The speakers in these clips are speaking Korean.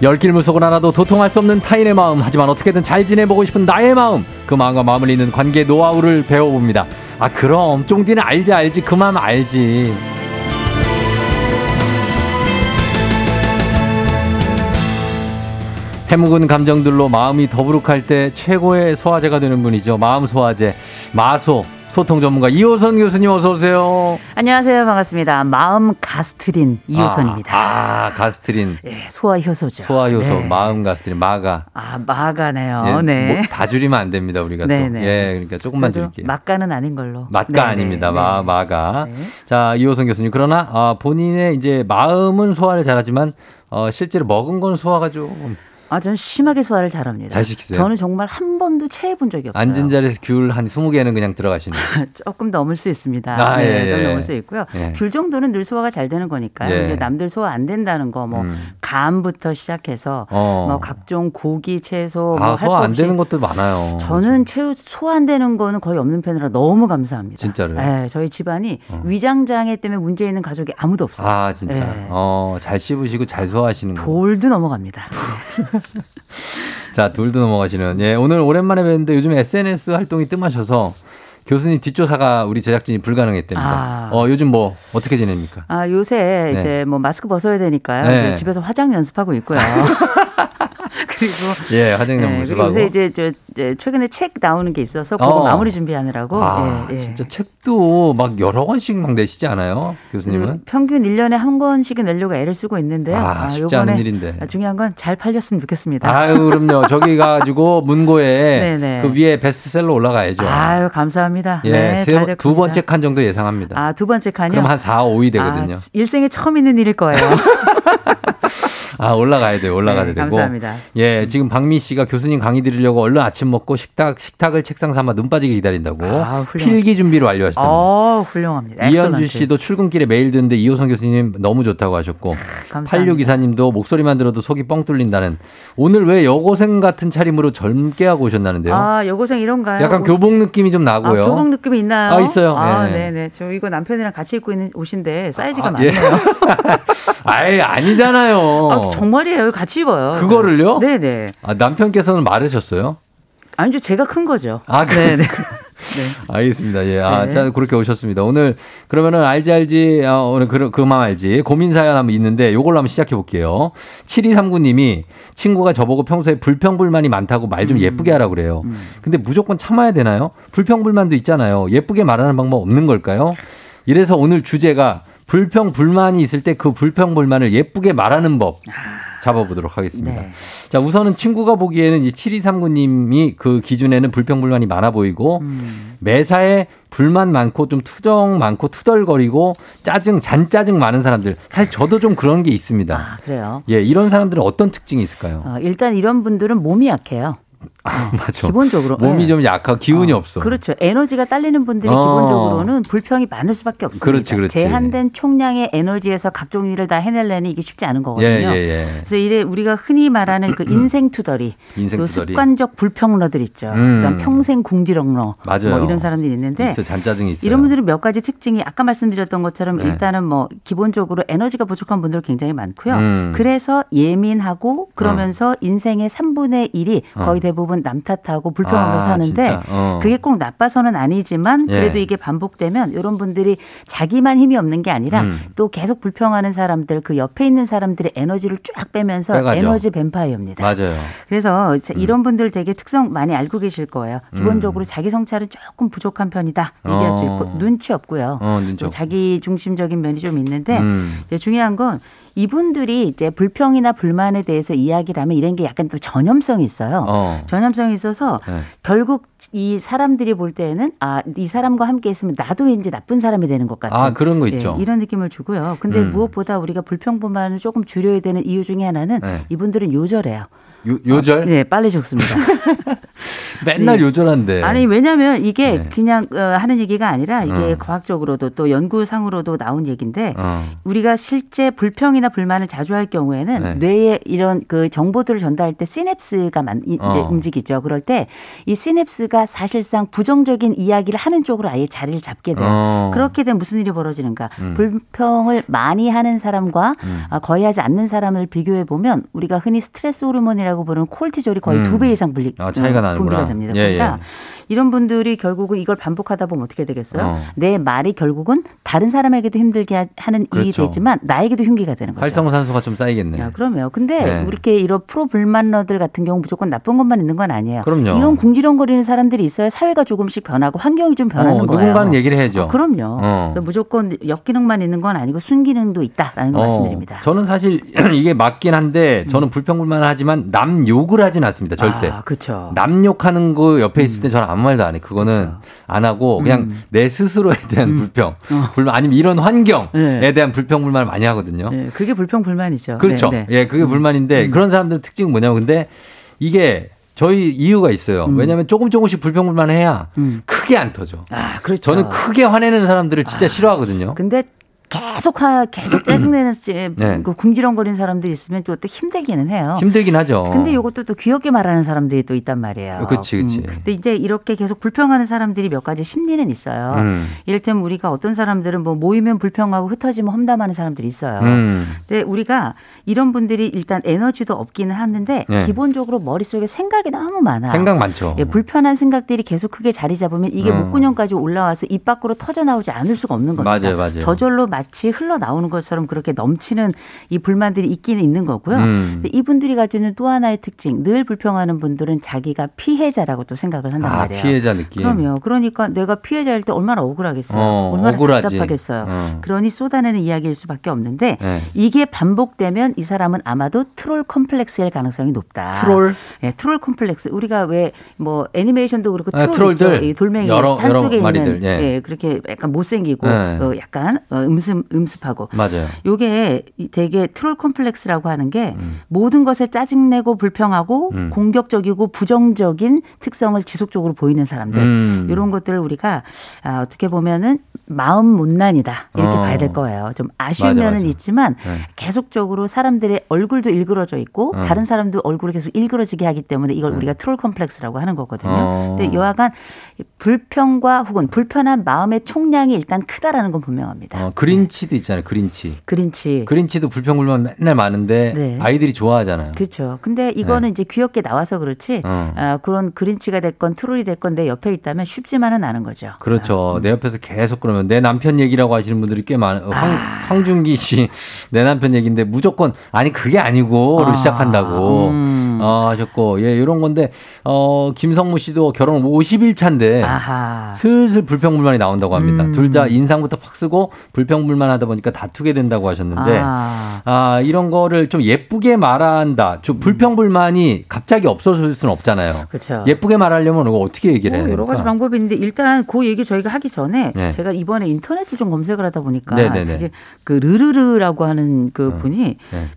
열길 무속은 하나도 도통할 수 없는 타인의 마음 하지만 어떻게든 잘 지내보고 싶은 나의 마음 그 마음과 마음을 잇는 관계 노하우를 배워봅니다 아 그럼 쫑디는 알지 알지 그 마음 알지 해묵은 감정들로 마음이 더부룩할 때 최고의 소화제가 되는 분이죠 마음 소화제 마소 소통 전문가 이호선 교수님 어서 오세요. 안녕하세요. 반갑습니다. 마음 가스트린 이호선입니다. 아, 아, 가스트린 예, 소화 효소죠. 소화 효소 네. 마음 가스트린 마가 아, 마가네요. 예, 네. 뭐다 줄이면 안 됩니다 우리가 네, 또. 네. 예, 그러니까 조금만 그래도 줄게요. 막가는 아닌 걸로. 맞가 네, 아닙니다. 네, 마, 네. 마가. 네. 자, 이호선 교수님. 그러나, 아, 본인의 이제 마음은 소화를 잘하지만, 어, 실제로 먹은 건 소화가 좀 아, 저는 심하게 소화를 잘합니다. 잘 시키세요. 저는 정말 한 번도 체해 본 적이 없어요. 앉은 자리에서 귤 한 20개는 그냥 들어가시는. 조금 넘을 수 있습니다. 아, 네, 예, 좀 예. 넘을 수 있고요. 예. 귤 정도는 늘 소화가 잘 되는 거니까요. 예. 근데 남들 소화 안 된다는 거 뭐 음. 간부터 시작해서 어. 뭐 각종 고기, 채소 아, 뭐할거 소화 안 없이 되는 것도 많아요. 저는 채우 소환되는 거는 거의 없는 편이라 너무 감사합니다. 진짜로요? 어. 예, 저희 집안이 위장장애 때문에 문제 있는 가족이 아무도 없어요. 아, 진짜. 예. 어, 잘 씹으시고 잘 소화하시는 거. 돌도 넘어갑니다. 자, 둘도 넘어가시는. 예, 오늘 오랜만에 뵀는데 요즘 SNS 활동이 뜸하셔서 교수님 뒷조사가 우리 제작진이 불가능했답니다. 아. 어, 요즘 뭐, 어떻게 지냅니까? 아, 요새 이제 뭐 마스크 벗어야 되니까요. 네. 그래서 집에서 화장 연습하고 있고요. 그리고 예, 화장님 예, 그리고 모습하고. 요새 이제 저 이제 최근에 책 나오는 게 있어서 그거 어. 마무리 준비하느라고 아, 예, 예. 진짜 책도 막 여러 권씩 막 내시지 않아요? 교수님은? 그 평균 1년에 한 권씩은 내려고 애를 쓰고 있는데요. 아, 쉽지 요번에 않은 일인데. 중요한 건 잘 팔렸으면 좋겠습니다. 아유, 그럼요. 저기 가가지고 문고에 네네. 그 위에 베스트셀러 올라가야죠. 아유, 감사합니다. 예, 네, 세- 잘 두 됐습니다. 번째 칸 정도 예상합니다. 아, 두 번째 칸이요? 그럼 한 4, 5위 되거든요. 그렇죠. 아, 일생에 처음 있는 일일 거예요. 아, 올라가야 돼요. 올라가야 네, 되고. 감사합니다. 예, 지금 박미 씨가 교수님 강의 들으려고 얼른 아침 먹고 식탁, 식탁을 책상 삼아 눈 빠지게 기다린다고 아, 훌륭하시다. 필기 준비를 완료하셨답니다. 어, 훌륭합니다. 이현주 엑셀런트. 씨도 출근길에 매일 듣는데 이호선 교수님 너무 좋다고 하셨고 아, 감사합니다. 8624님도 목소리만 들어도 속이 뻥 뚫린다는 오늘 왜 여고생 같은 차림으로 젊게 하고 오셨나는데요. 아, 여고생 이런가요? 약간 옷- 교복 느낌이 좀 아, 나고요. 교복 느낌이 있나요? 아, 있어요. 아, 예. 네, 네. 저 이거 남편이랑 같이 입고 있는 옷인데 사이즈가 아, 많아요. 아예 아니잖아요. 아, 정말이에요. 같이 입어요. 어. 그거를요? 네, 네. 아, 남편께서는 마르셨어요? 아니죠. 제가 큰 거죠. 아, 그- 네, 네. 알겠습니다. 예. 아, 네. 자, 그렇게 오셨습니다. 오늘 그러면은 알지 알지 아, 오늘 그, 그만 알지 고민 사연 한번 있는데 요걸로 한번 시작해 볼게요. 7239님이 친구가 저보고 평소에 불평불만이 많다고 말 좀 예쁘게 하라고 그래요. 근데 무조건 참아야 되나요? 불평불만도 있잖아요. 예쁘게 말하는 방법 없는 걸까요? 이래서 오늘 주제가 불평불만이 있을 때 그 불평불만을 예쁘게 말하는 법 잡아보도록 하겠습니다. 네. 자, 우선은 친구가 보기에는 이 7239님이 그 기준에는 불평불만이 많아 보이고 음. 매사에 불만 많고 좀 투정 많고 투덜거리고 짜증, 잔짜증 많은 사람들. 사실 저도 좀 그런 게 있습니다. 아, 그래요. 예, 이런 사람들은 어떤 특징이 있을까요? 어, 일단 이런 분들은 몸이 약해요. 아, 맞아. 기본적으로. 몸이 예. 좀 약하고 기운이 없어. 그렇죠. 에너지가 딸리는 분들이 어. 기본적으로는 불평이 많을 수밖에 없습니다. 그렇지, 그렇지. 제한된 총량의 에너지에서 각종 일을 다 해낼려니 이게 쉽지 않은 예, 거거든요. 예, 예. 그래서 이래 우리가 흔히 말하는 그 인생 투덜이, 인생 또 투덜이. 습관적 불평러들 있죠. 음. 그다음 평생 궁지렁러, 맞아요. 뭐 이런 사람들이 있는데 있어, 잔짜증이 있어요. 이런 분들은 몇 가지 특징이 아까 말씀드렸던 것처럼 네. 일단은 뭐 기본적으로 에너지가 부족한 분들 굉장히 많고요. 음. 그래서 예민하고 그러면서 인생의 3분의 1이 어. 거의 대부분 남 탓하고 불평하면서 아, 사는데 진짜? 어. 그게 꼭 나빠서는 아니지만 예. 그래도 이게 반복되면 이런 분들이 자기만 힘이 없는 게 아니라 음. 또 계속 불평하는 사람들 그 옆에 있는 사람들의 에너지를 쫙 빼면서 빼가죠. 에너지 뱀파이어입니다. 맞아요. 그래서 음. 이런 분들 되게 특성 많이 알고 계실 거예요. 기본적으로 자기 성찰은 조금 부족한 편이다 얘기할 수 어. 있고 눈치 없고요. 어, 눈치 없고. 또 네. 자기 중심적인 면이 좀 있는데 음. 이제 중요한 건 이분들이 이제 불평이나 불만에 대해서 이야기를 하면 이런 게 약간 또 전염성이 있어요. 어. 전염성이 있어서 네. 결국 이 사람들이 볼 때는 아 이 사람과 함께 있으면 나도 이제 나쁜 사람이 되는 것 같은 아, 그런 거 예, 있죠. 이런 느낌을 주고요. 근데 음. 무엇보다 우리가 불평불만을 조금 줄여야 되는 이유 중에 하나는 네. 이분들은 요절해요. 요, 요절? 네, 빨리 죽습니다. 맨날 네. 요절한데. 아니 왜냐하면 이게 네. 그냥 어, 하는 얘기가 아니라 이게 어. 과학적으로도 또 연구상으로도 나온 얘기인데 어. 우리가 실제 불평이나 불만을 자주 할 경우에는 네. 뇌에 이런 그 정보들을 전달할 때 시냅스가 만, 이- 이제 어. 움직이죠. 그럴 때 이 시냅스가 사실상 부정적인 이야기를 하는 쪽으로 아예 자리를 잡게 돼요. 어. 네. 음. 그렇게 되면 무슨 일이 벌어지는가? 불평을 많이 하는 사람과 아, 거의 하지 않는 사람을 비교해 보면 우리가 흔히 스트레스 호르몬이라고 부르는 콜티졸이 거의 음. 두 배 이상 분리, 아, 차이가 어, 나는구나. 분비가 됩니다. 예, 그러니까 예. 이런 분들이 결국은 이걸 반복하다 보면 어떻게 되겠어요? 어. 내 말이 결국은 다른 사람에게도 힘들게 하- 하는 일이 그렇죠. 되지만 나에게도 흉기가 되는 거죠. 활성산소가 좀 쌓이겠네. 야, 그럼요. 근데 네. 이렇게 이런 프로 불만러들 같은 경우 무조건 나쁜 것만 있는 건 아니에요. 그럼요. 이런 궁지렁거리는 사람들이 있어야 사회가 조금씩 변하고 환경이 좀 변하는 어, 거예요. 누군가는 얘기를 해야죠. 어, 그럼요. 어. 그래서 무조건 역기능만 있는 건 아니고 순기능도 있다라는 걸 어, 말씀드립니다. 음. 저는 사실 이게 맞긴 한데 저는 불평불만 하지만 남 욕을 하진 않습니다. 절대. 아, 그렇죠. 남 욕하는 거 옆에 있을 때 저는 아무 말도 안 해. 그거는 그쵸. 안 하고 그냥 음. 내 스스로에 대한 불평, 불만 아니면 이런 환경에 어. 네. 대한 불평 불만을 많이 하거든요. 네, 그게 불평 불만이죠. 그렇죠. 네, 네. 예, 그게 불만인데 그런 사람들 특징은 뭐냐면 근데 이게 저희 이유가 있어요. 왜냐하면 조금 조금씩 불평 불만해야 크게 안 터져. 음. 아, 그렇죠. 예. 아, 저는 크게 화내는 사람들을 진짜 싫어하거든요. 근데 계속 화, 계속 짜증내는 씨- 네. 그 궁지렁거리는 사람들이 있으면 또, 또 힘들기는 해요. 힘들긴 하죠. 어. 근데 요것도 또 귀엽게 말하는 사람들이 또 있단 말이에요. 음. 그치, 그치. 근데 이제 이렇게 계속 불평하는 사람들이 몇 가지 심리는 있어요. 음. 이를테면 우리가 어떤 사람들은 뭐 모이면 불평하고 흩어지면 험담하는 사람들이 있어요. 음. 근데 네, 우리가 이런 분들이 일단 에너지도 없기는 하는데 네. 기본적으로 머릿속에 생각이 너무 많아요. 생각 많죠. 예, 불편한 생각들이 계속 크게 자리 잡으면 이게 음. 목구멍까지 올라와서 입 밖으로 터져 나오지 않을 수가 없는 겁니다. 맞아요, 맞아요. 저절로 마치 흘러 나오는 것처럼 그렇게 넘치는 이 불만들이 있기는 있는 거고요. 음. 근데 이분들이 가지고 있는 또 하나의 특징, 늘 불평하는 분들은 자기가 피해자라고 또 생각을 한단 아, 말이에요. 피해자 느낌. 그럼요. 그러니까 내가 피해자일 때 얼마나 억울하겠어요. 어, 얼마나 억울하지. 답답하겠어요. 어. 그러니 쏟아내는 이야기일 수밖에 없는데 네. 이게 반복되면 이 사람은 아마도 트롤 컴플렉스일 가능성이 높다. 트롤? 예, 트롤 컴플렉스. 우리가 왜 뭐 애니메이션도 그렇고 아, 트롤 있죠. 트롤들. 이 돌멩이 여러- 산속에 여러 마리들, 있는 예. 예. 그렇게 약간 못생기고 네. 어, 약간 어, 음습 음습하고 맞아요. 요게 이 되게 트롤 컴플렉스라고 하는 게 모든 것에 짜증내고 불평하고 음. 공격적이고 부정적인 특성을 지속적으로 보이는 사람들 음. 이런 것들을 우리가 아, 어떻게 보면은 마음 못난이다 이렇게 어. 봐야 될 거예요. 좀 아쉬운 맞아, 면은 맞아. 있지만 네. 계속적으로 사람들의 얼굴도 일그러져 있고 음. 다른 사람도 얼굴을 계속 일그러지게 하기 때문에 이걸 우리가 트롤 컴플렉스라고 하는 거거든요. 어. 근데 여하간 불평과 혹은 불편한 마음의 총량이 일단 크다라는 건 분명합니다. 어, 그린치도 있잖아요. 그린치. 그린치 그린치도 불평불만 맨날 많은데 네. 아이들이 좋아하잖아요. 그렇죠. 근데 이거는 이제 귀엽게 나와서 그렇지 네. 어. 아, 그런 그린치가 됐건 트롤이 됐건 내 옆에 있다면 쉽지만은 않은 거죠. 그렇죠. 내 옆에서 계속 그러면 내 남편 얘기라고 하시는 분들이 꽤 많아요. 어, 황, 황준기 씨, 내 남편 얘기인데 무조건 아니 그게 아니고로 아, 시작한다고 음. 어, 하셨고 예 이런 건데 어 김성무 씨도 결혼 50일 차인데 아하. 슬슬 불평불만이 나온다고 합니다. 음. 둘 다 인상부터 팍 쓰고 불평불만하다 보니까 다투게 된다고 하셨는데 아. 아 이런 거를 좀 예쁘게 말한다. 좀 불평불만이 갑자기 없어질 수는 없잖아요. 음. 그렇죠. 예쁘게 말하려면 이거 어떻게 얘기를 해야 뭐 됩니까? 여러 가지 방법이 있는데 일단 그 얘기 저희가 하기 전에 네. 제가 이번에 인터넷을 좀 검색을 하다 보니까 네네네. 되게 그 르르르라고 하는 그 분이 네.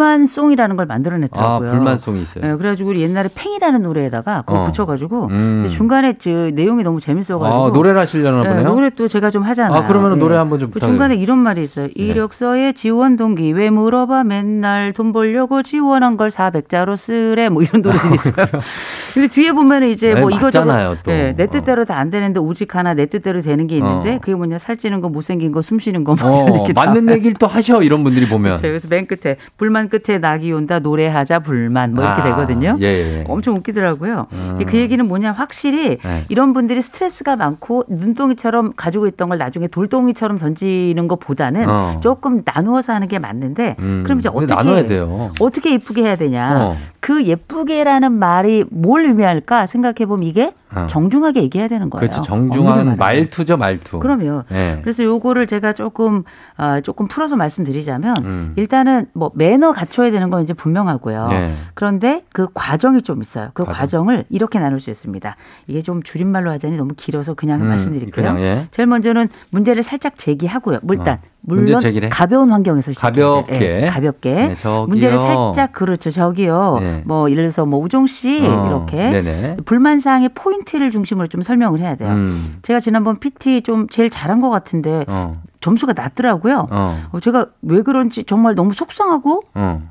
불만송이라는 걸 아 만들어냈더라고요. 불만송이 있어요. 예, 그래가지고 우리 옛날에 팽이라는 노래에다가 그거 어. 붙여가지고 음. 근데 중간에 저 내용이 너무 재밌어가지고 아 노래를 하시려나 예, 보네요. 노래 또 제가 좀 하잖아요. 아, 그러면은 노래 한번 좀 네. 그 부탁해요. 중간에 이런 말이 있어요. 이력서에 지원 동기 왜 물어봐 맨날 돈 벌려고 지원한 걸 400자로 쓰래 뭐 이런 노래들이 있어요. 근데 뒤에 보면은 이제 아, 네, 뭐 이거 맞잖아요, 또. 예, 내 뜻대로 다 안 되는데 오직 하나 내 뜻대로 되는 게 있는데 어. 그게 뭐냐 살찌는 거 못생긴 거 숨쉬는 거뭐 이런 어, 얘기 맞는 얘기를 또 하셔 이런 분들이 보면 그래서 맨 끝에 불만 끝에 낙이 온다 노래하자 불만 뭐 이렇게 이렇게 되거든요. 어, 예, 예. 엄청 웃기더라고요. 음. 근데 그 얘기는 뭐냐 확실히 네. 이런 분들이 스트레스가 많고 눈덩이처럼 가지고 있던 걸 나중에 돌덩이처럼 던지는 것보다는 어. 조금 나누어서 하는 게 맞는데 음, 그럼 이제 근데 어떻게 나눠야 돼요. 어떻게 예쁘게 해야 되냐? 어. 그 예쁘게라는 말이 뭘 의미할까 생각해 보면 이게 어. 정중하게 얘기해야 되는 거예요. 그렇죠. 어머니 정중한 말하는. 말투죠, 말투. 그럼요. 예. 그래서 요거를 제가 조금 아, 조금 풀어서 말씀드리자면 음. 일단은 뭐 매너 갖춰야 되는 건 이제 분명하고요. 예. 그런데 그 과정이 좀 있어요. 그 과정. 과정. 을 이렇게 나눌 수 있습니다. 이게 좀 줄임말로 하자니 너무 길어서 그냥 음, 말씀드릴게요. 그냥, 예. 제일 먼저는 문제를 살짝 제기하고요. 뭐 일단 어, 문제 물론 제기를 해? 가벼운 환경에서 시작해야 돼요. 가볍게. 예, 가볍게 네, 저기요. 문제를 살짝 그렇죠. 저기요. 네. 뭐 예를 들어서 뭐 우종 씨 어, 이렇게 네네. 불만 사항의 포인트를 중심으로 좀 설명을 해야 돼요. 음. 제가 지난번 PT 좀 제일 잘한 것 같은데 어. 점수가 낮더라고요. 어. 어, 제가 왜 그런지 정말 너무 속상하고 어.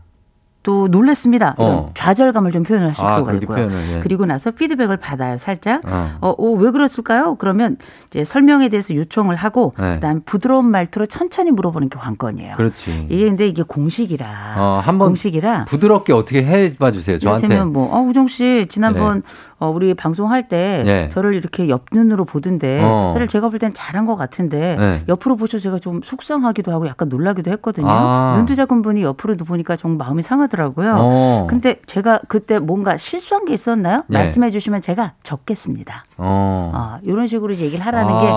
또 놀랐습니다. 이런 어. 좌절감을 좀 표현을 하실 아, 필요가 그렇게 있고요. 표현을, 예. 그리고 나서 피드백을 받아요, 살짝. 어. 어, 어, 왜 그랬을까요? 그러면 이제 설명에 대해서 요청을 하고 네. 그다음 부드러운 말투로 천천히 물어보는 게 관건이에요. 그렇지. 이게 근데 이게 공식이라 어, 한번 공식이라 부드럽게 어떻게 해 봐 주세요. 저한테. 이를테면 뭐, 어, 우정 씨, 지난번 어, 우리 방송할 때 네. 저를 이렇게 옆눈으로 보던데, 어. 사실 제가 볼 땐 잘한 것 같은데, 네. 옆으로 보셔서 제가 좀 속상하기도 하고 약간 놀라기도 했거든요. 아. 눈도 작은 분이 옆으로도 보니까 정말 마음이 상하더라고요. 어. 근데 제가 그때 뭔가 실수한 게 있었나요? 네. 말씀해 주시면 제가 적겠습니다. 어. 아, 이런 식으로 이제 얘기를 하라는 게,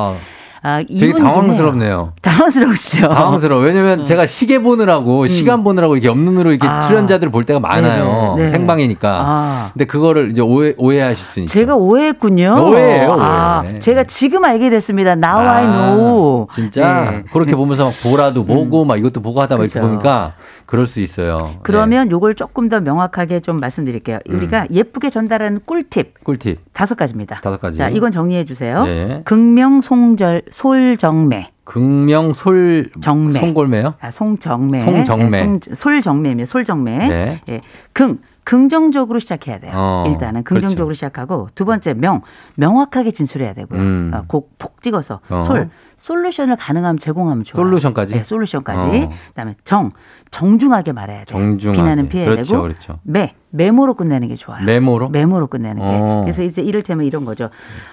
아, 게 되게 이론이긴 해요. 당황스럽네요. 당황스러우시죠? 당황스러워. 왜냐면 제가 시계 보느라고 시간 보느라고 이렇게 옆눈으로 이렇게 네. 음. 아. 출연자들 볼 때가 많아요. 네네, 네. 생방이니까. 아. 근데 그거를 이제 오해 오해하실 수 있죠. 제가 오해했군요. 오해예요, 오해. 아, 제가 지금 알게 됐습니다. Now 아, I know. 진짜 네. 음. 그렇게 보면서 막 보라도 보고 막 이것도 보고 하다 막 이렇게 그죠. 보니까 그럴 수 있어요. 그러면 요걸 조금 더 명확하게 좀 말씀드릴게요. 음. 우리가 예쁘게 전달하는 꿀팁 예. 꿀팁 다섯 가지입니다. 다섯 가지. 자, 이건 정리해 주세요. 네. 극명송절 솔정매. 극명 솔 정매. 송골매요. 아, 송정매. 송정매. 네, 송- 솔정매입니다. 솔정매. 네. 예. 긍 긍정적으로 시작해야 돼요. 어, 일단은 긍정적으로 그렇죠. 시작하고 두 번째 명 명확하게 진술해야 되고요. 음. 아, 곡, 폭 찍어서 어. 솔 솔루션을 가능하면 제공하면 좋아요. 솔루션까지? 네, 솔루션까지. 어. 그다음에 정 정중하게 말해야 돼요. 정중하게. 비난은 피해야 그렇죠, 되고 그렇죠. 매 메모로 끝내는 게 좋아요. 메모로? 메모로 끝내는 게. 어. 그래서 이제 이를테면 이런 거죠.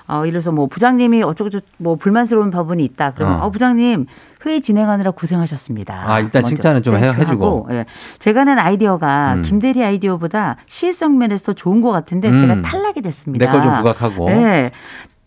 어, 이래서 뭐 부장님이 어쩌고저쩌고 뭐 불만스러운 부분이 있다. 그러면 어. 어. 부장님 회의 진행하느라 고생하셨습니다. 아, 일단 먼저 칭찬은 좀 해- 땡큐 해주고. 하고. 예. 제가 낸 아이디어가 음. 김대리 아이디어보다 실성 면에서 더 좋은 것 같은데 음. 제가 탈락이 됐습니다. 내걸좀 부각하고. 예.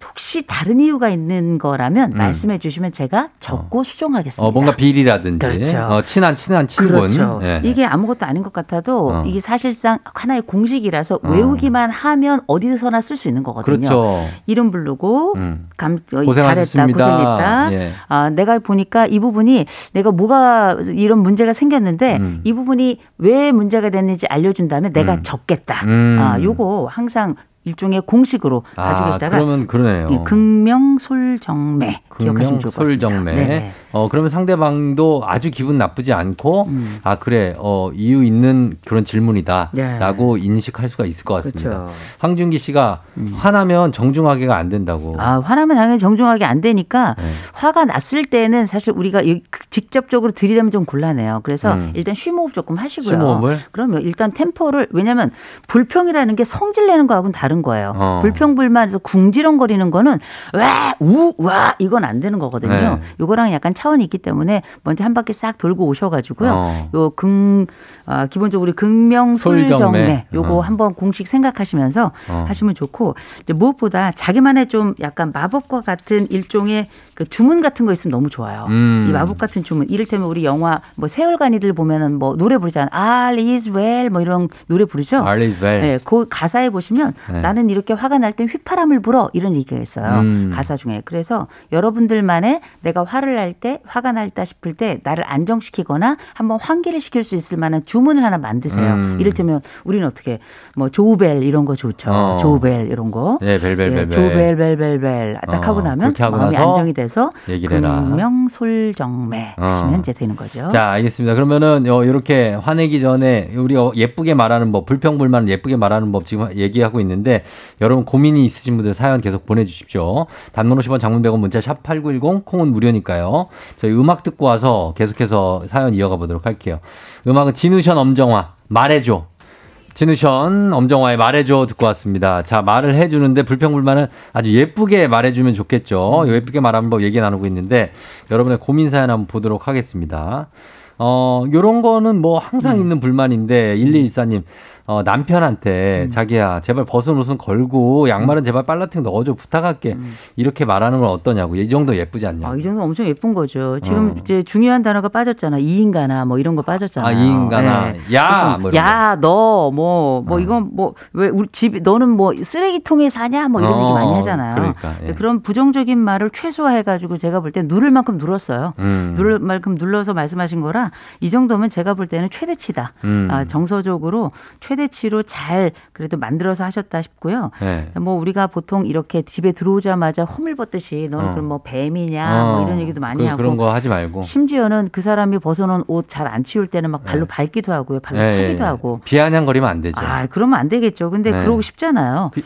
혹시 다른 이유가 있는 거라면 음. 말씀해 주시면 제가 적고 수정하겠습니다. 어 뭔가 비리라든지 그렇죠. 어, 친한 친한 친분. 그렇죠. 예. 이게 아무것도 아닌 것 같아도 어. 이게 사실상 하나의 공식이라서 어. 외우기만 하면 어디서나 쓸 수 있는 거거든요. 그렇죠. 이름 부르고 음. 감, 어, 잘했다, 고생하셨습니다. 고생했다. 예. 아, 내가 보니까 이 부분이 내가 뭐가 이런 문제가 생겼는데 음. 이 부분이 왜 문제가 됐는지 알려준 다음에 내가 음. 적겠다. 음. 아, 요거 항상 일종의 공식으로 가지고 아, 계시다가 그러면 그러네요. 예, 극명솔정매 기억하시면 극명 좋을 것 같습니다. 솔정매. 네네. 어 그러면 상대방도 아주 기분 나쁘지 않고 아 그래 어 이유 있는 그런 음. 네. 질문이다라고 인식할 수가 있을 것 같습니다. 그렇죠. 음. 황준기 씨가 화나면 정중하게가 안 된다고. 아, 화나면 당연히 정중하게 안 되니까 어. 네. 화가 났을 때는 사실 우리가 이- 그 직접적으로 들이대면 좀 곤란해요. 그래서 음. 일단 쉼호흡 조금 하시고요. 쉼호흡을? 그러면 일단 템포를 왜냐면 불평이라는 게 성질 내는 거하고는 다른 거예요. 어. 불평 불만에서 궁지렁거리는 거는 와우와 이건 안 되는 거거든요. 네. 요거랑 약간 차원이 있기 때문에 먼저 한 바퀴 싹 돌고 오셔 가지고요. 어. 요긍 아, 기본적으로 긍명 솔정매. 솔정매 요거 어. 한번 공식 생각하시면서 어. 하시면 좋고 이제 무엇보다 자기만의 좀 약간 마법과 같은 일종의 그 주문 같은 거 있으면 너무 좋아요. 음. 이 마법 같은 주문 이를테면 우리 영화 뭐 세월간이들 보면은 뭐 노래 부르잖아요. All is well 뭐 이런 노래 부르죠. All is well. 네, 그 가사에 보시면 네. 나는 이렇게 화가 날 땐 휘파람을 불어 이런 얘기가 있어요. 음. 가사 중에. 그래서 여러분들만의 내가 화를 날 때 화가 날다 싶을 때 나를 안정시키거나 한번 환기를 시킬 수 있을 만한 주문을 하나 만드세요. 음. 이를테면 우리는 어떻게 뭐 조우벨 이런 거 좋죠. 어. 조우벨 이런 거. 예, 네, 벨벨벨벨. 조벨벨벨벨벨 딱 하고 어, 나면 그렇게 하고 마음이 나서 안정이 돼서 얘기를 해라. 금명솔정매 어. 하시면 이제 되는 거죠. 자, 알겠습니다. 그러면은 요 이렇게 화내기 전에 우리 어, 예쁘게 말하는 법, 불평불만 예쁘게 말하는 법 지금 얘기하고 있는데 여러분 고민이 있으신 분들 사연 계속 보내주십시오. 단문 50원, 장문 100원, 문자 샵 #8910 콩은 무료니까요. 저희 음악 듣고 와서 계속해서 사연 이어가 보도록 할게요. 음악은 진우션 엄정화 말해줘. 진우션 엄정화의 말해줘 듣고 왔습니다. 자 말을 해주는데 불평불만은 아주 예쁘게 말해주면 음. 좋겠죠. 예쁘게 말하는 법 얘기 나누고 있는데 여러분의 고민 사연 한번 보도록 하겠습니다. 어 요런 거는 뭐 항상 음. 있는 불만인데 1214님 어, 남편한테 음. 자기야 제발 벗은 옷은 걸고 양말은 제발 빨라팅 넣어줘 부탁할게 이렇게 말하는 건 어떠냐고 이 정도 예쁘지 않냐? 아, 음. 이 정도 엄청 예쁜 거죠. 지금 이제 중요한 단어가 빠졌잖아. 이인가나 뭐 이런 거 빠졌잖아요. 네. 아, 이인가나. 야! 뭐 이런 어. 야, 너, 뭐, 뭐 이건 뭐, 왜 우리 집, 너는 뭐 쓰레기통에 사냐? 뭐 이런 얘기 많이 어, 하잖아요. 네, 그러니까, 예. 그런 부정적인 말을 최소화해가지고 제가 볼 때 누를 만큼 눌렀어요. 음. 누를 만큼 눌러서 말씀하신 거라 이 정도면 제가 볼 때는 최대치다. 음. 아, 정서적으로 최대치로 잘 그래도 만들어서 하셨다 싶고요. 네. 뭐 우리가 보통 이렇게 집에 들어오자마자 허물벗듯이 너는 어. 그럼 뭐 뱀이냐 어, 뭐 이런 얘기도 많이 그, 하고 그런 거 하지 말고 심지어는 그 사람이 벗어놓은 옷 잘 안 치울 때는 막 네. 발로 밟기도 하고요, 발로 예, 예, 차기도 예. 하고. 비아냥거리면 안 되죠. 아, 그러면 안 되겠죠. 근데 네. 그러고 싶잖아요. 근데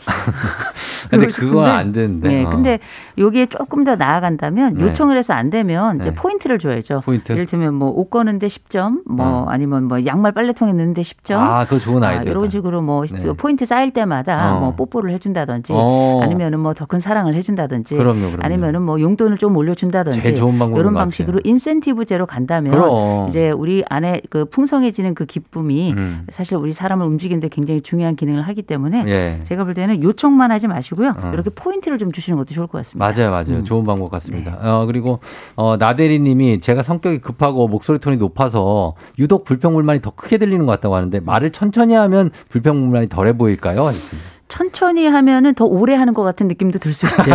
그러고 싶은데, 그건 안 되는데. 네, 어. 근데 여기에 조금 더 나아간다면 네. 요청을 해서 안 되면 이제 네. 포인트를 줘야죠. 포인트? 예를 들면 뭐 옷 거는데 10점, 뭐 어. 아니면 뭐 양말 빨래통에 넣는데 10점. 아, 그거 좋은 아이디어. 이런 식으로 뭐 네. 포인트 쌓일 때마다 어. 뭐 뽀뽀를 해준다든지 어. 그렇죠. 아니면은 뭐 더 큰 사랑을 해준다든지 그럼요, 그럼요. 아니면은 뭐 용돈을 좀 올려준다든지 제일 좋은 방법인 이런 것 방식으로 같아요. 인센티브제로 간다면 그럼. 이제 우리 안에 그 풍성해지는 그 기쁨이 음. 사실 우리 사람을 움직이는데 굉장히 중요한 기능을 하기 때문에 예. 제가 볼 때는 요청만 하지 마시고요. 어. 이렇게 포인트를 좀 주시는 것도 좋을 것 같습니다. 맞아요, 맞아요. 음. 네. 좋은 방법 같습니다. 어, 그리고, 어, 나대리님이 제가 성격이 급하고 목소리 톤이 높아서 유독 불평불만이 더 크게 들리는 것 같다고 하는데 말을 천천히 하면 불평불만이 덜해 보일까요? 하셨습니다. 천천히 하면은 더 오래 하는 것 같은 느낌도 들 수 있죠.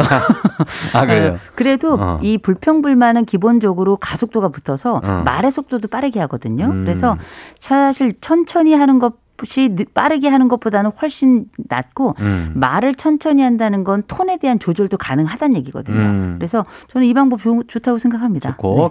아, 그래요? 어, 그래도 어. 이 불평불만은 기본적으로 가속도가 붙어서 어. 말의 속도도 빠르게 하거든요. 음. 그래서 사실 천천히 하는 것이 느- 빠르게 하는 것보다는 훨씬 낫고 음. 말을 천천히 한다는 건 톤에 대한 조절도 가능하다는 얘기거든요. 음. 그래서 저는 이 방법 좋, 좋다고 생각합니다. 고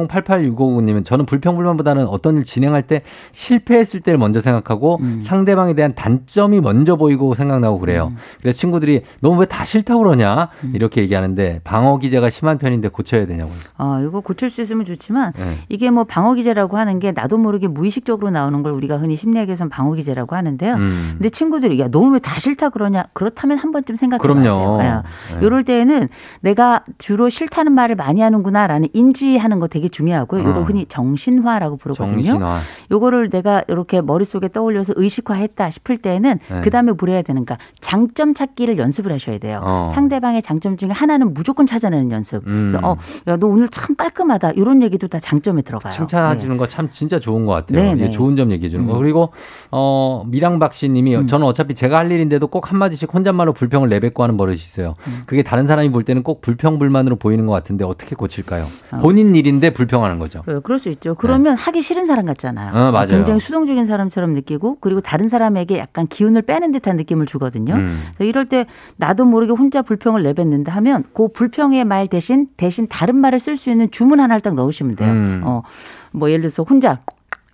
K124088659님은 저는 불평불만보다는 어떤 일 진행할 때 실패했을 때를 먼저 생각하고 음. 상대방에 대한 단점이 먼저 보이고 생각나고 그래요. 그래서 친구들이 너무 왜 다 싫다고 그러냐 음. 이렇게 얘기하는데 방어 기제가 심한 편인데 고쳐야 되냐고. 해서. 어, 이거 고칠 수 있으면 좋지만 네. 이게 뭐 방어 기제라고 하는 게 나도 모르게 무의식적으로 나오는 걸 우리가 흔히 심리학에서는 방어 기제라고 하는데요. 음. 근데 친구들이 야 너는 왜 다 싫다 그러냐 그렇다면 한 번쯤 생각해 그럼요. 봐야 돼요. 네. 예. 요럴 때에는 내가 주로 싫다는 말을 많이 하는구나라는 인지하는 거 되게 중요하고요. 요걸 어. 흔히 정신화라고 부르거든요. 정신화. 요거를 내가 이렇게 머릿속에 떠올려서 의식화했다 싶을 때에는 네. 그다음에 뭘 해야 되는가? 장점 찾기를 연습을 하셔야 돼요. 어. 상대방의 장점 중에 하나는 무조건 찾아내는 연습. 음. 그래서 어, 야 너 오늘 참 깔끔하다. 이런 얘기도 다 장점에 들어가요. 예. 칭찬해주는 거 참 진짜 좋은 것 같아요. 아, 네, 이게 네. 좋은 점 얘기해 주는 거. 그리고 어 미랑박 씨님이 음. 저는 어차피 제가 할 일인데도 꼭 한마디씩 혼잣말로 불평을 내뱉고 하는 버릇이 있어요. 음. 그게 다른 사람이 볼 때는 꼭 불평불만으로 보이는 것 같은데 어떻게 고칠까요? 아. 본인 일인데 불평하는 거죠. 예. 예, 그럴 수 있죠. 그러면 하기 싫은 사람 같잖아요. 네. 어, 맞아요. 굉장히 수동적인 사람처럼 느끼고 그리고 다른 사람에게 약간 기운을 빼는 듯한 느낌을 주거든요. 음. 그래서 이럴 때 나도 모르게 혼자 불평을 내뱉는다 하면 그 불평의 말 대신 대신 다른 말을 쓸 수 있는 주문 하나를 딱 넣으시면 돼요. 음. 어, 뭐 예를 들어서 혼자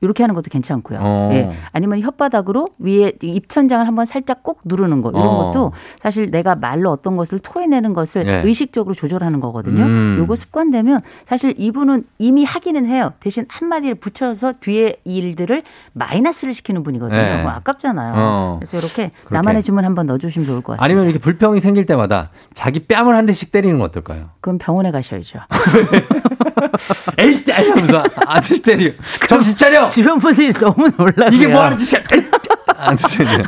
이렇게 하는 것도 괜찮고요. 어. 예. 아니면 혓바닥으로 위에 이 입천장을 한번 살짝 꼭 누르는 거 이런 어. 것도 사실 내가 말로 어떤 것을 토해내는 것을 예. 의식적으로 조절하는 거거든요. 음. 요거 습관되면 사실 이분은 이미 하기는 해요. 대신 한마디를 붙여서 뒤에 이 일들을 마이너스를 시키는 분이거든요. 예. 그거 아깝잖아요. 어. 그래서 이렇게 그렇게. 나만의 주문 한번 넣어주시면 좋을 것 같습니다. 아니면 이렇게 불평이 생길 때마다 자기 뺨을 한 대씩 때리는 건 어떨까요? 그럼 병원에 가셔야죠. 에이 짜이 하면서 안 대씩 때려. 정신 차려. 주변 분들이 너무 놀라세요. 이게 뭐 하는 짓이야. 에이! 안 때려.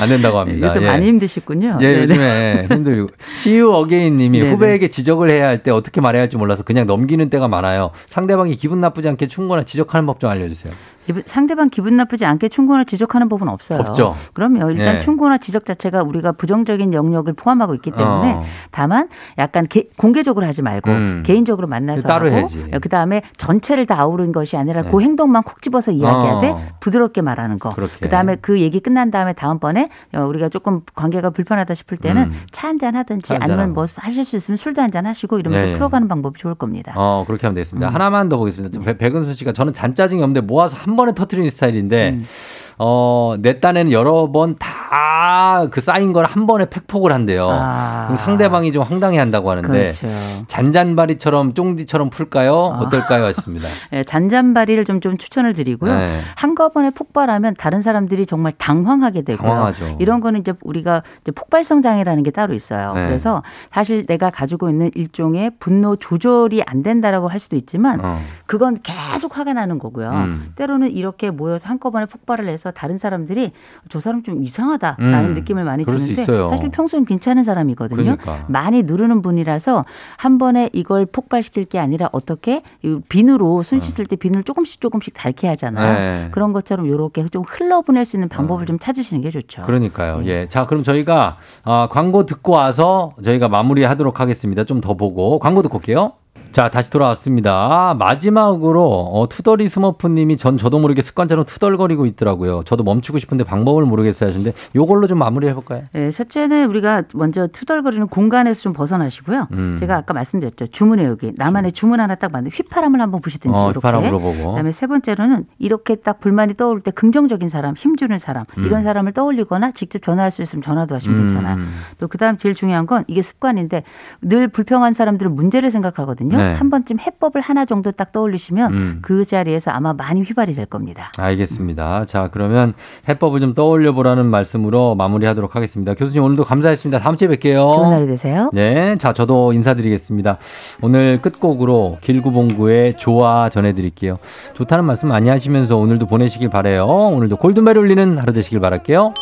안 된다고 합니다. 네, 요새 예. 많이 힘드시군요. 예, 아, 네네. 요즘에 힘들고. CU 어게인님이 네네. 후배에게 지적을 해야 할 때 어떻게 말해야 할지 몰라서 그냥 넘기는 때가 많아요. 상대방이 기분 나쁘지 않게 충고나 지적하는 법 좀 알려주세요. 기분- 상대방 기분 나쁘지 않게 충고나 지적하는 법은 없어요. 없죠. 그럼요. 일단 예. 충고나 지적 자체가 우리가 부정적인 영역을 포함하고 있기 때문에 어. 다만 약간 개- 공개적으로 하지 말고 음. 개인적으로 만나서 따로 하고 어, 해야지. 네. 그다음에 전체를 다 아우른 것이 아니라 그 행동만 콕 집어서 이야기하되 어. 부드럽게 말하는 거. 그렇게. 그다음에 그 얘기 끝난 다음에 다음번에 어, 우리가 조금 관계가 불편하다 싶을 때는 음. 차 한 잔 하든지 차한잔 아니면 하고. 뭐 하실 수 있으면 술도 한 잔 하시고 이러면서 예, 예. 풀어가는 방법이 좋을 겁니다. 어, 그렇게 하면 음. 되겠습니다. 하나만 더 보겠습니다. 백- 백은순 씨가 저는 음. 잔짜증이 없는데 모아서 한 번에 터트리는 스타일인데, 어, 내 딴에는 여러 번 다 다 그 쌓인 걸 한 번에 팩폭을 한대요. 아. 그럼 상대방이 좀 황당해 한다고 하는데 그렇죠. 아. 잔잔바리처럼 쫑디처럼 풀까요? 어떨까요? 하셨습니다. 예, 잔잔바리를 좀, 좀 추천을 드리고요. 네. 한꺼번에 폭발하면 다른 사람들이 정말 당황하게 되고요. 당황하죠. 이런 거는 이제 우리가 이제 폭발성 장애라는 게 따로 있어요. 네. 그래서 사실 내가 가지고 있는 일종의 분노 조절이 안 된다라고 할 수도 있지만 어. 그건 계속 화가 나는 거고요. 음. 때로는 이렇게 모여서 한꺼번에 폭발을 해서 다른 사람들이 저 사람 좀 이상하다라는 음, 느낌을 많이 그럴 수 주는데 있어요. 사실 평소엔 괜찮은 사람이거든요. 그러니까. 많이 누르는 분이라서 한 번에 이걸 폭발시킬 게 아니라 어떻게 이 비누로 손 씻을 때 비누를 조금씩 조금씩 닳게 하잖아요. 음. 네. 음. 그런 것처럼 이렇게 좀 흘러보낼 수 있는 방법을 좀 찾으시는 게 좋죠. 그러니까요. 음. 예. 자, 그럼 저희가 아, 광고 듣고 와서 저희가 마무리하도록 하겠습니다. 좀 더 보고 광고 듣고 올게요. 자, 다시 돌아왔습니다. 마지막으로 어, 투덜이 스머프님이 전 저도 모르게 습관처럼 투덜거리고 있더라고요. 저도 멈추고 싶은데 방법을 모르겠어요 하시는데 요걸로 좀 마무리해 볼까요? 네, 첫째는 우리가 먼저 투덜거리는 공간에서 좀 벗어나시고요. 음. 제가 아까 말씀드렸죠. 주문의 여기 나만의 주문 하나 딱 만든 휘파람을 한번 부시든지 어, 이렇게. 휘파람으로 보고. 그다음에 세 번째로는 이렇게 딱 불만이 떠올 때 긍정적인 사람, 힘주는 사람 이런 사람을 떠올리거나 직접 전화할 수 있으면 전화도 하시면 괜찮아요. 음. 음. 또 그다음 제일 중요한 건 이게 습관인데 늘 불평한 사람들은 문제를 생각하거든요. 네. 한 번쯤 해법을 하나 정도 딱 떠올리시면 음. 그 자리에서 아마 많이 휘발이 될 겁니다. 알겠습니다. 자, 그러면 해법을 좀 떠올려 보라는 말씀으로 마무리하도록 하겠습니다. 교수님 오늘도 감사했습니다. 다음 주에 뵐게요. 좋은 하루 되세요. 네, 자 저도 인사드리겠습니다. 오늘 끝곡으로 길구봉구의 좋아 전해드릴게요. 좋다는 말씀 많이 하시면서 오늘도 보내시길 바래요. 오늘도 골든벨 울리는 하루 되시길 바랄게요.